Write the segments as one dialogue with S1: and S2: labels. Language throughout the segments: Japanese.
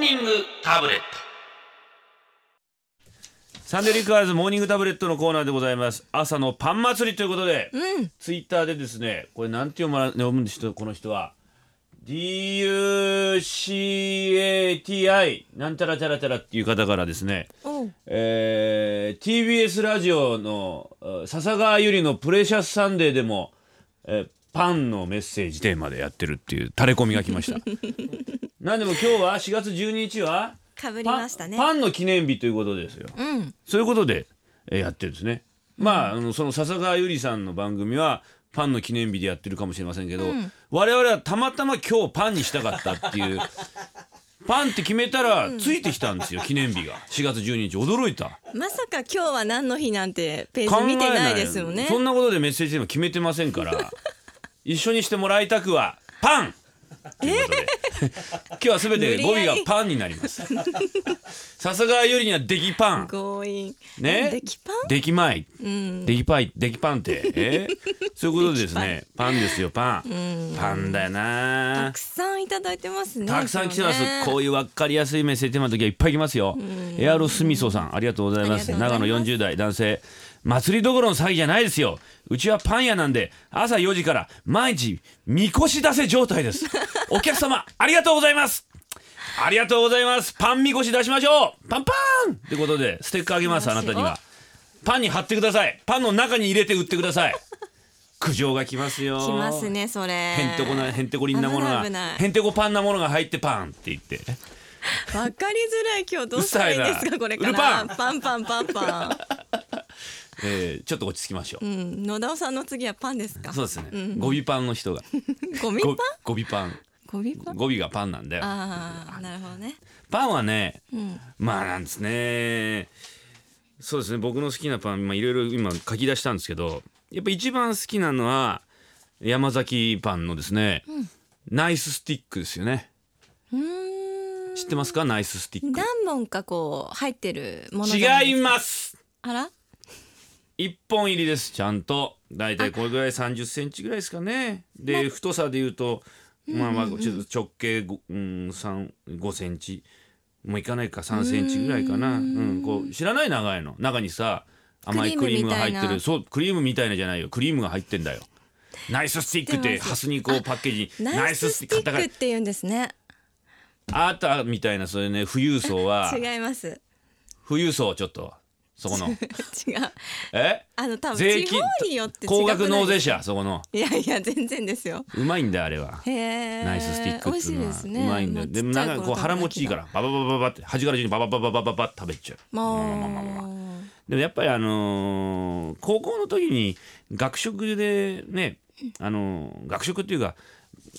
S1: ニングタブレット
S2: サンデーリッカーズモーニングタブレットのコーナーでございます朝のパン祭りということで、
S3: うん
S2: ツイッターでですねこれなんて読ま読むんですこの人は DUCATI なんちゃらちゃらちゃらっていう方からですね
S3: おう
S2: えー TBS ラジオのえー笹川由里の「プレシャスサンデー」でも、えーパンのメッセージテーマでやってるっていう垂れ込みが来ました なんでも今日は4月12日は
S3: かぶり
S2: パ
S3: ま
S2: ン
S3: したね
S2: パンの記念日ということですよ
S3: うん
S2: そういうことで、えーやってるんですねまああのその笹川由里さんの番組はパンの記念日でやってるかもしれませんけど、我々はたまたま今日パンにしたかったっていう パンって決めたらついてきたんですよ記念日が4月12日驚いた。
S3: まさか今日は何の日なんてペー
S2: 考
S3: ジ
S2: え
S3: 見てないですよね
S2: そんなことでメッセージテーマ決めてませんから 一緒にしてもらいたくはパンということで 今日はすべて語尾がパンになり ます笹川由里には出来パン
S3: 強引
S2: ね
S3: できパン
S2: 出来まい出来パイ出来パンってえ ーそういうことでですねパンですよパンパンだよ
S3: た
S2: な
S3: くさんいただいてますね
S2: たくさん来てます、
S3: 今日ね
S2: こういう分かりやすいメッセージテーマの時はいっぱい来ますよエアロスミソさんありがとうございます
S3: ありがと
S2: 長
S3: うご
S2: 野
S3: ざいます
S2: 40代男性祭りどころの詐欺じゃないですようちはパン屋なんで朝4時から毎日みこし出せ状態です お客様ありがとうございますありがとうございますパンみこし出しましょうパンパーンってことでステッカーあげますあなたにはパンに貼ってくださいパンの中に入れて売ってください苦情が来ますよ
S3: 来ますねそれ
S2: へんてこなへんてこりんなものが
S3: 危ない危
S2: へ
S3: ない
S2: んてこパンなものが入ってパンって言 って
S3: わかりづらい今日どうしたらいいんで す
S2: うっさいな
S3: かこれか
S2: ウルパ
S3: ら
S2: ン
S3: パンパンパンパン
S2: えーちょっと落ち着きましょう、
S3: うん野田尾さんの次はパンですか
S2: そうですね、ゴビパンの人が
S3: ゴミパン
S2: ゴゴビパン
S3: ゴミパン
S2: ゴビがパンなんだよ
S3: ああなるほどね
S2: パンはね、
S3: ん
S2: まあなんですねそうですね僕の好きなパンまあいろいろ今書き出したんですけどやっぱ一番好きなのは山崎パンのですね、ナイススティックですよね
S3: うーん
S2: 知ってますかナイススティック
S3: 何本かこう入ってるものじゃな
S2: 違い
S3: ですか
S2: ます
S3: あら
S2: 一本入りですちゃんとだいたいこれぐらい3 0ンチぐらいですかねで、太さで言うとまあまあちょっと直径ごうん3 5センチもういかないか3センチぐらいかなうん、こう知らない長いの中にさ甘いク
S3: ク
S2: リ
S3: リ
S2: ー
S3: ー
S2: ム
S3: ム
S2: が
S3: みた
S2: 入
S3: い
S2: っ
S3: な
S2: てるそうクリームみたいなじゃないよクリームが入ってんだよナイススティックっ
S3: 知っててます
S2: ハスにこうパッケージに
S3: ナイススティッ
S2: ナ
S3: ク
S2: イ
S3: っ
S2: ス
S3: て言うんですね
S2: あったみたいなそういうね富裕層は
S3: 違います
S2: 富裕層ちょっとそ この
S3: 違う
S2: え
S3: あの多分
S2: 税
S3: 地
S2: 金
S3: 方によって違くない
S2: 高額納税者そこの
S3: いやいや全然ですよ
S2: うまいんだよあれは
S3: へえ
S2: ナイススティック
S3: 美
S2: っ
S3: 味
S2: てい
S3: しいう
S2: の
S3: で
S2: は
S3: す
S2: う
S3: ね
S2: まいんだよ。でもなんかこう腹持ちいいからババババババって端から順にバババババババって食べちゃう。
S3: も
S2: でもやっぱりあのー高校の時に学食でねあのー学食っていうか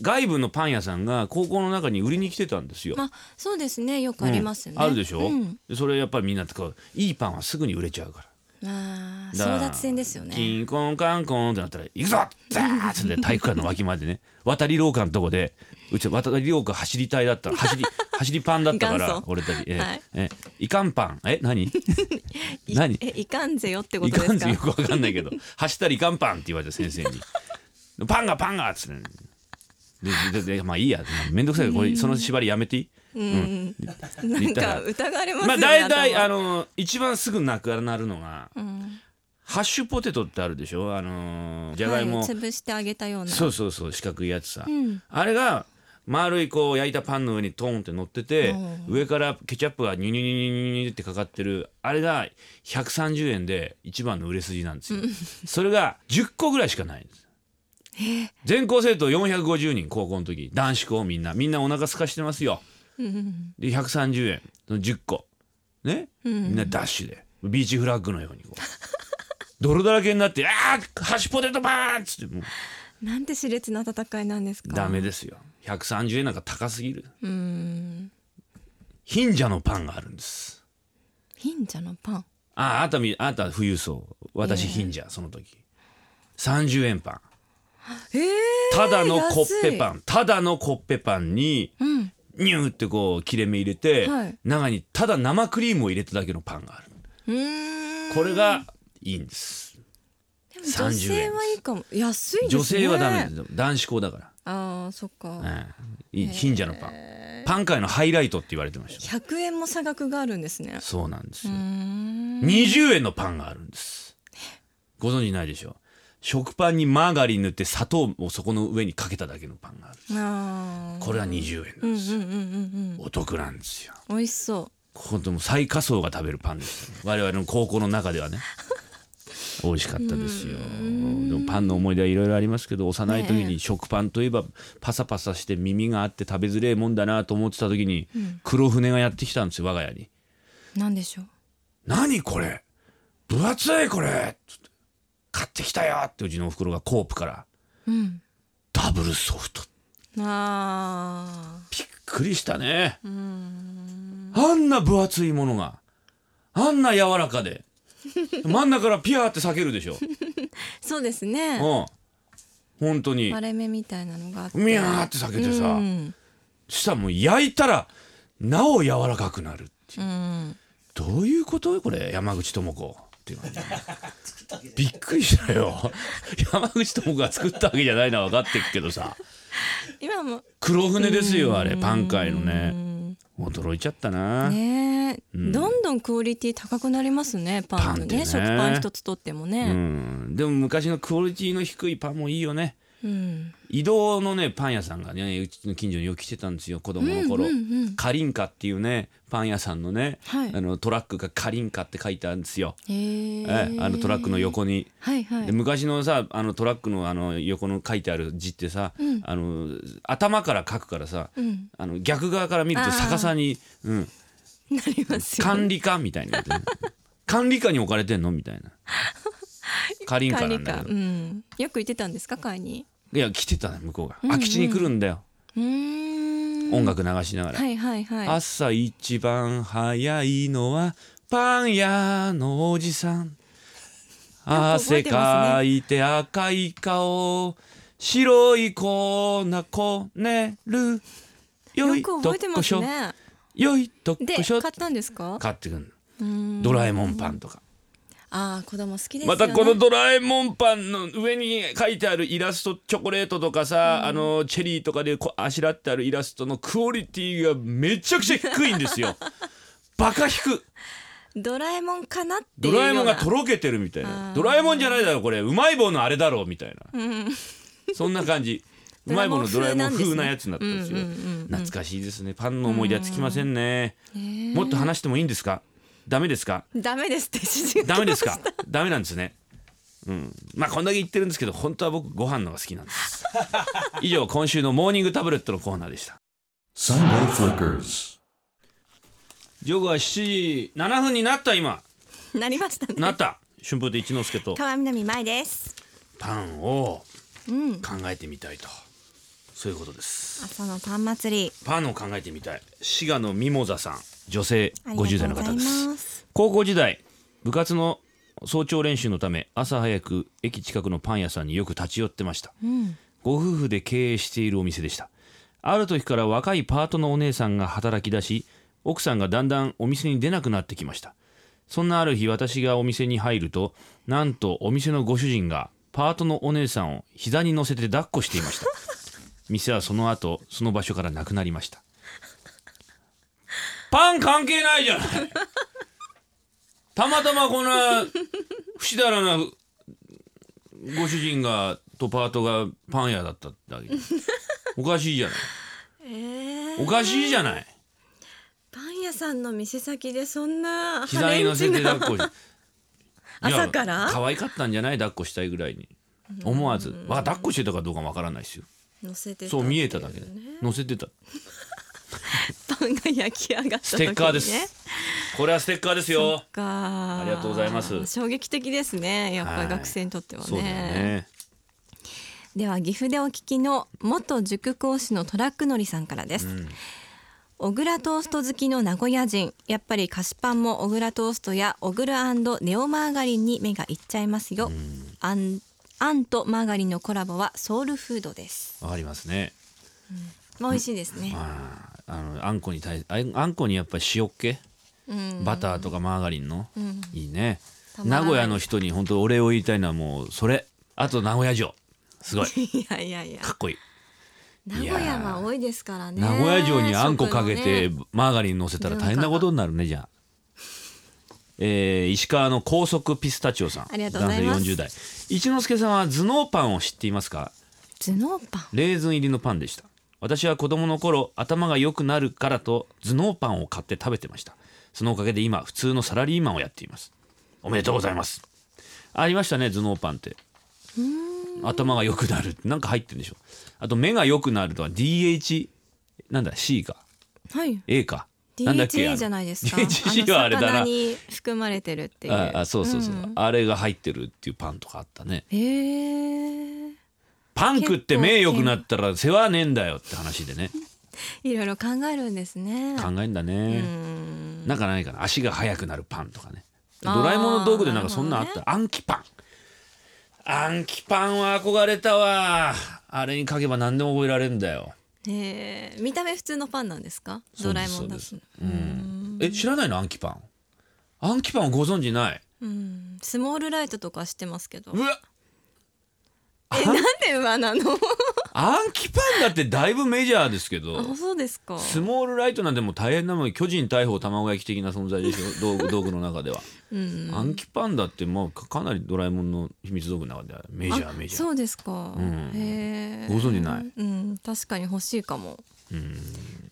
S2: 外部のパン屋さんが高校の中に売りに来てたんですよ
S3: う。まあそうですねよくありますよね、
S2: うんあるでしょ、
S3: うん
S2: でそれやっぱりみんなってこういいパンはすぐに売れちゃうから。
S3: あー
S2: だから
S3: 争奪戦ですよね
S2: キンコンカンコンってなったら「行くぞ!」ザーッつって体育館の脇までね渡り廊下のとこでうち渡り廊下走り隊だった 走り走りパンだったから
S3: 元祖
S2: 俺たちえ、
S3: はい
S2: えいかんパンえ 何
S3: い
S2: 何
S3: えいかんぜよってこ
S2: い
S3: と
S2: か
S3: で
S2: んぜ
S3: すか
S2: よくわかんないけど走ったらいかんパンって言われた先生に「パンがパンが!」っつって。でででまあいいやめんどくさいからこれその縛りやめていい
S3: うんなんか疑われます
S2: ま
S3: よ
S2: あ
S3: ね
S2: 大体
S3: 頭
S2: あの一番すぐなくなるのが、ハッシュポテトってあるでしょあのじゃがいも、
S3: はい、潰してあげたような
S2: そうそうそう四角いやつさ、
S3: ん
S2: あれが丸いこう焼いたパンの上にトーンって乗ってて、上からケチャップがニュニュニュニュニュニュってかかってるあれが130円で一番の売れ筋なんですよ、それが10個ぐらいしかないんです全校生徒450人高校の時男子校みんなみんなお腹空かしてますよで130円その10個ね、みんなダッシュでビーチフラッグのようにこう泥だらけになって「ああハッシュポテトパン!」っつってもう
S3: なんて熾烈な戦いなんですか
S2: ダメですよ130円なんか高すぎる
S3: うん
S2: 貧者のパンがあるんです
S3: 貧者のパン
S2: あああなたみあなた富裕層私貧者、その時30円パン
S3: ええ
S2: ただのコッペパンただのコッペパンに
S3: うん
S2: ニューってこう切れ目入れて、
S3: はい
S2: 中にただ生クリームを入れただけのパンがある
S3: うーん
S2: これがいいんです
S3: でも女性はいいかも安いですね
S2: 女性はダメなんですよ男子校だから
S3: ああそっか、
S2: ええいい貧者のパン
S3: え
S2: パン界のハイライトって言われてまし
S3: ー
S2: た
S3: 100円も差額があるんですね
S2: そうなんです
S3: うー
S2: よ
S3: ん
S2: 20円のパンがあるんですご存知ないでしょう食パンにマーガリン塗って砂糖をそこの上にかけただけのパンがある
S3: ああ
S2: これは20円
S3: う
S2: なんん
S3: う
S2: です
S3: んうんうん
S2: お得なんですよ
S3: うん美味しそ
S2: ここでも最下層が食べるパンですよね我々の高校の中ではね美味しかったですよでもパンの思い出はいろいろありますけど幼い時
S3: ね
S2: に食パンといえばパサパサして耳があって食べづれえもんだなと思ってた時に黒船がやってきたんですよ我が家に
S3: うなんでしょう
S2: 「何これ分厚いこれ!」つって買ってきたよ!」ってうちのおふくろがコープから
S3: うん
S2: 「ダブルソフト」
S3: あ
S2: びっくりしたねあんな分厚いものがあんな柔らかで真ん中からピアーって裂けるで しょ
S3: ーそうですね
S2: うん本当に
S3: 割れ目みたいなのがあって
S2: ミャーって裂けてさ、
S3: うん
S2: したらもう焼いたらなお柔らかくなるっていう
S3: うん
S2: どういうことよこれ山口智子っていうのはねびっくりしたよ山口智子が作ったわけじゃないのは分かってるけどさ
S3: 今も
S2: 黒船ですよあれパン界の
S3: う
S2: ね
S3: ん
S2: 驚いちゃったな、
S3: ねえどんどんクオリティ高くなりますねパン
S2: パンっ
S3: ってね
S2: てね
S3: 食パン一つとっても
S2: う
S3: ね
S2: ん、でも昔のクオリティの低いパンもいいよね
S3: うん
S2: 移動のねパン屋さんがねうちの近所によく来てたんですよ子供の頃、
S3: うんうんうん
S2: カリンカっていうねパン屋さんのね、
S3: はい
S2: あのトラックがカリンカって書いてあるんですよ、
S3: へ
S2: え
S3: え
S2: えあのトラックの横に。
S3: はいは
S2: で
S3: い
S2: 昔のさあのトラックのあの横の書いてある字ってさ、あの頭から書くからさ、
S3: うん
S2: あの逆側から見ると
S3: あー
S2: 逆さに「うん、
S3: なりますよ
S2: 管理課」みたいな、 管理課に置かれてんのみたいなカリンカなんだけど
S3: 管理うんよく行ってたんですか買いに
S2: いや来てたね向こうが、空き地に来るんだよ
S3: うーん
S2: 音楽流しながら、
S3: はいはいはい
S2: 朝一番早いのはパン屋のおじさん
S3: 覚
S2: 汗
S3: えてますね
S2: かいて赤い顔白い粉こねるよ
S3: よ
S2: い
S3: く
S2: とっ
S3: 覚えてま
S2: こし
S3: す
S2: ょ
S3: ね
S2: よいとっ
S3: で
S2: こしょ
S3: 買ったんですか
S2: 買ってくる
S3: うーん
S2: ドラえもんパンとか、
S3: ああ子供好きです
S2: ま
S3: よね
S2: たこのドラえもんパンの上に書いてあるイラストチョコレートとかさ、あのチェリーとかでこうあしらってあるイラストのクオリティがめちゃくちゃ低いんです よバカ低く
S3: ドラえもんかなって
S2: ド
S3: いうような
S2: ラえもんがとろけてるみたい
S3: あ
S2: な
S3: ー
S2: ドラえもんじゃないだろこれうまい棒のあれだろうみたい な、そんな感じうまい棒のドラえもん風なやつになったんですよ、
S3: うんうんうんうん
S2: 懐かしいですねパンの思い出はつきませんね、
S3: ね
S2: もっと話してもいいんですかダメですか
S3: ダメですって指示が
S2: ダメです か。ダメなんですね。うん、まあこんだけ言ってるんですけど本当は僕ご飯のが好きなんです 以上今週のモーニングタブレットのコーナーでした
S1: Sunday Flickers.
S2: ジョグは7時7分になった今
S3: なりましたね
S2: なった春風亭一之輔と
S3: 川南舞です
S2: パンを
S3: うん
S2: 考えてみたいとそういうことです
S3: 朝のパン祭り
S2: パンを考えてみたい滋賀のミモザさん女性
S3: ありがとうご
S2: 50
S3: ざ
S2: 代
S3: い
S2: の
S3: ま
S2: 方です
S3: す
S2: 高校時代部活の早朝練習のため朝早く駅近くのパン屋さんによく立ち寄ってました、ご夫婦で経営しているお店でしたある時から若いパートのお姉さんが働き出し奥さんがだんだんお店に出なくなってきましたそんなある日私がお店に入るとなんとお店のご主人がパートのお姉さんを膝に乗せて抱っこしていました店はその後その場所からなくなりましたパン関係ないじゃないたまたまこんな不死だらなご主人がとパートがパン屋だっただけでおかしいじゃない
S3: えー
S2: おかしいじゃない
S3: パン屋さんの店先でそんな
S2: 膝に乗せて抱っこし
S3: 朝から
S2: いや可愛かったんじゃない抱っこしたいぐらいに思わずわ抱っこしてたかどうかわからないですよ
S3: 乗せて
S2: そう見えただけで乗せてた
S3: パンが焼き上がった時にね
S2: ステッカーですこれはステッカーですよ
S3: か
S2: ありがとうございます
S3: 衝撃的ですねやっぱ
S2: はい
S3: り学生にとっては
S2: そうだよね
S3: では岐阜でお聞きの元塾講師のトラックのりさんからです、小倉トースト好きの名古屋人やっぱり菓子パンも小倉トーストや小倉ネオマーガリンに目がいっちゃいますよ、あんあんとマーガリンのコラボはソウルフードです
S2: わかりますね
S3: まあ美味しいですね、
S2: あーあのあんこに対ああんこにやっぱり塩っ気
S3: うん、
S2: バターとかマーガリンの、いいね
S3: たま
S2: 名
S3: らない
S2: 古屋の人に本当お礼を言いたいのはもうそれあと名古屋城すごい
S3: いやいやいや
S2: かっこいい
S3: 名古屋は多いですからね
S2: 名古屋城にあんこかけて
S3: 食
S2: マーガリン乗せたら大変なことになるねじゃあ、えー石川の高速ピスタチオさん
S3: ありがとうございます
S2: 男性40代一之輔さんは頭脳パンを知っていますか
S3: のね頭脳パン
S2: レーズン入りのパンでした私は子供の頃頭が良くなるからと頭脳パンを買って食べてましたそのおかげで今普通のサラリーマンをやっていますおめでとうございますありましたね頭脳パンって頭が良くなるってなんか入ってるんでしょあと目が良くなるとは DH なんだ C か
S3: はい
S2: A かなんだっけあ
S3: DHA
S2: の
S3: じゃな いですか
S2: DHC はあれだ
S3: の魚
S2: な
S3: に含まれてるっていう
S2: ああそうそうそう、
S3: ん
S2: あれが入ってるっていうパンとかあったね
S3: へえ
S2: パン食って目良くなったら世話ねえんだよって話でね
S3: いろいろ考えるんですね
S2: 考えんだ
S3: う
S2: ね、
S3: ん
S2: なんかないかな足が速くなるパンとかね
S3: あー
S2: ドラえもんの道具でなんかそんなのあった、暗記パン暗記パンは憧れたわあれに書けば何でも覚えられるんだよ
S3: へえ見た目普通のパンなんですか
S2: そ
S3: ド
S2: うで
S3: ラえ
S2: す
S3: もんだと
S2: そうですうんえ知らないの暗記パン暗記パンをご存知ない
S3: うんスモールライトとか知ってますけど
S2: うわ
S3: えなんで馬 なの
S2: 暗記パンだってだいぶメジャーですけど
S3: あそうですか
S2: スモールライトなんてもう大変なもん巨人大砲卵焼き的な存在でしょ 道具道具の中では
S3: うん
S2: 暗記パンだってまあかかなりドラえもんの秘密道具の中ではメジャーメジャー
S3: そうですか、
S2: ん
S3: へえ
S2: ご存知ない
S3: うん確かに欲しいかも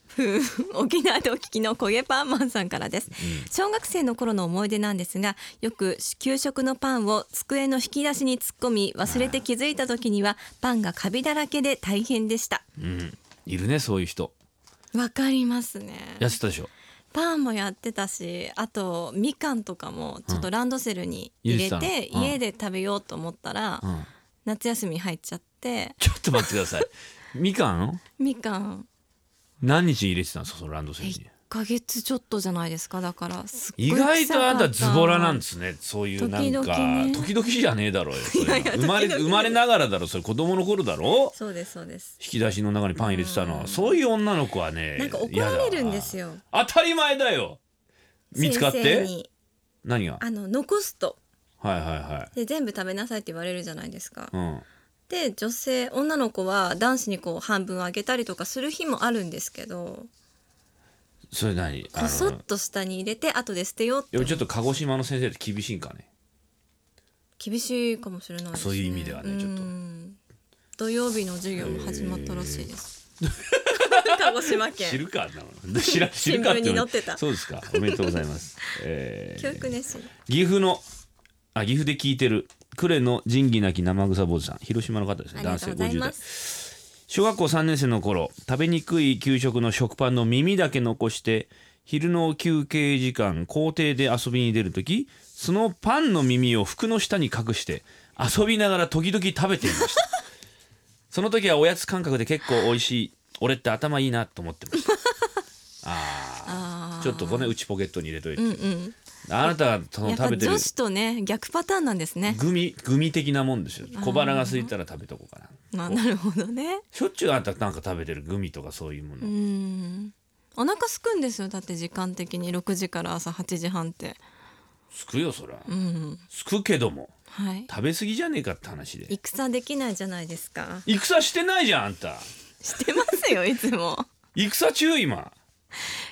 S3: ふう沖縄でお聞きの焦げパンマンさんからです、小学生の頃の思い出なんですがよく給食のパンを机の引き出しに突っ込み忘れて気づいた時にはパンがカビだらけで大変でした
S2: うんいるねそういう人
S3: わかりますね
S2: やってたでしょ
S3: パンもやってたしあとみかんとかもちょっとランドセルに入れ
S2: 入れ
S3: て
S2: て、たのうん
S3: 家で食べようと思ったら、
S2: うん
S3: 夏休み入っちゃって
S2: ちょっと待ってください みかん
S3: みかん
S2: 何日入れてたんですかそのランドセル
S3: 1
S2: に
S3: ヶ月ちょっとじゃないですかだからすっごい
S2: 意外とあんたズボラなんですすねそういうなんか時
S3: 時々
S2: 々,、
S3: ね
S2: じゃねえだろうよそれ
S3: いやいや
S2: 生まれ
S3: 時々
S2: 生まれながらだろそれ子供の頃だろ
S3: そうですそうです
S2: 引き出しの中にパン入れてたの、そういう女の子はね
S3: なんか怒られるんです
S2: よ
S3: よ
S2: 当たり前だよ見つかっ
S3: 先生
S2: て
S3: に
S2: 何が
S3: あの残すと
S2: はいはいは
S3: で全部食べなさいって言われるじゃないですか
S2: いうん
S3: で女性女の子は男子にこう半分あげたりとかする日もあるんですけど
S2: それ何あ
S3: こそ
S2: の
S3: っと下に入れて後で捨てようっ
S2: でもち
S3: て
S2: ょっと鹿児島の先生って厳しいんかね
S3: 厳しいかもしれないです、ね、
S2: そういう意味ではねちょっと
S3: うん土曜日の授業も始まったらしいです、 鹿児島県
S2: 知るかなの知 ら知るか
S3: 新聞に載ってた
S2: そうですかおめでとうございます、えー
S3: 教育熱心
S2: 岐阜のあ岐阜で聞いてる呉の仁義なき生草坊主さん広島の方です
S3: あ
S2: ね
S3: りが
S2: 男
S3: と
S2: 性
S3: うござい
S2: 50
S3: ま
S2: 代
S3: す
S2: 小学校3年生の頃食べにくい給食の食パンの耳だけ残して昼の休憩時間校庭で遊びに出る時そのパンの耳を服の下に隠して遊びながら時々食べていま したその時はおやつ感覚で結構美味しい俺って頭いいなと思ってましたああちょっとこれ内ポケットに入れといて、
S3: うんうん
S2: あなたがその
S3: やっぱ
S2: 食べてる
S3: 女子とね逆パターンなんですね。
S2: グミグミ的なもんですよ小腹が空いたら食べとこうかな
S3: まあなるほどね。
S2: しょっちゅうあんたなんか食べてるグミとかそういうもの、
S3: うん。お腹空くんですよだって時間的に6時から朝8時半って。
S2: すくよそら、
S3: うん。
S2: すくけども
S3: はい。
S2: 食べ過ぎじゃねえかって話で
S3: 戦できないじゃないですか。
S2: 戦してないじゃんあんた
S3: してますよいつも。
S2: 戦中今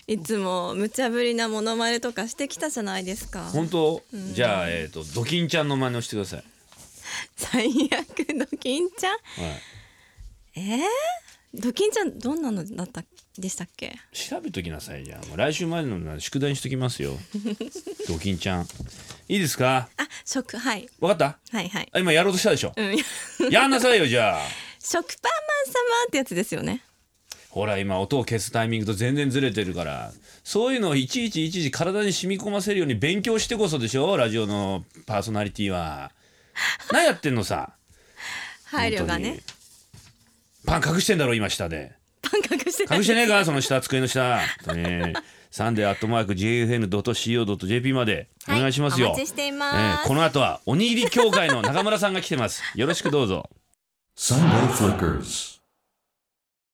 S3: いつも無茶ぶりなモノマネとかしてきたじゃないですか。
S2: 本当じゃあえっ、とドキンちゃんの真似をしてください、
S3: 最悪ドキンちゃん。
S2: はい、
S3: ええドキンちゃんどんなのだったでしたっけ。
S2: 調べときなさいじゃんもう来週までのなら宿題にしときます よドキンちゃんいいですか
S3: あ食はい
S2: わかった
S3: はいはい。
S2: あ今やろうとしたでしょ
S3: うん。
S2: やんなさいよじゃあ
S3: 食パンマン様ってやつですよね。
S2: ほら今音を消すタイミングと全然ずれてるからそういうのをいちいちいちいち体に染み込ませるように勉強してこそでしょラジオのパーソナリティは何やってんのさ
S3: 配慮がね。
S2: 本当にパン隠してんだろ今下で
S3: パン隠してない
S2: 隠してねえ かその下机の下本当にサンデーアットマーク JFN.CO.JP までお願いしますよ、
S3: はいお待ちしていま
S2: え
S3: す
S2: えこの後はおにぎり協会の中村さんが来てますよろしくどうぞ
S1: Sunday Flickers.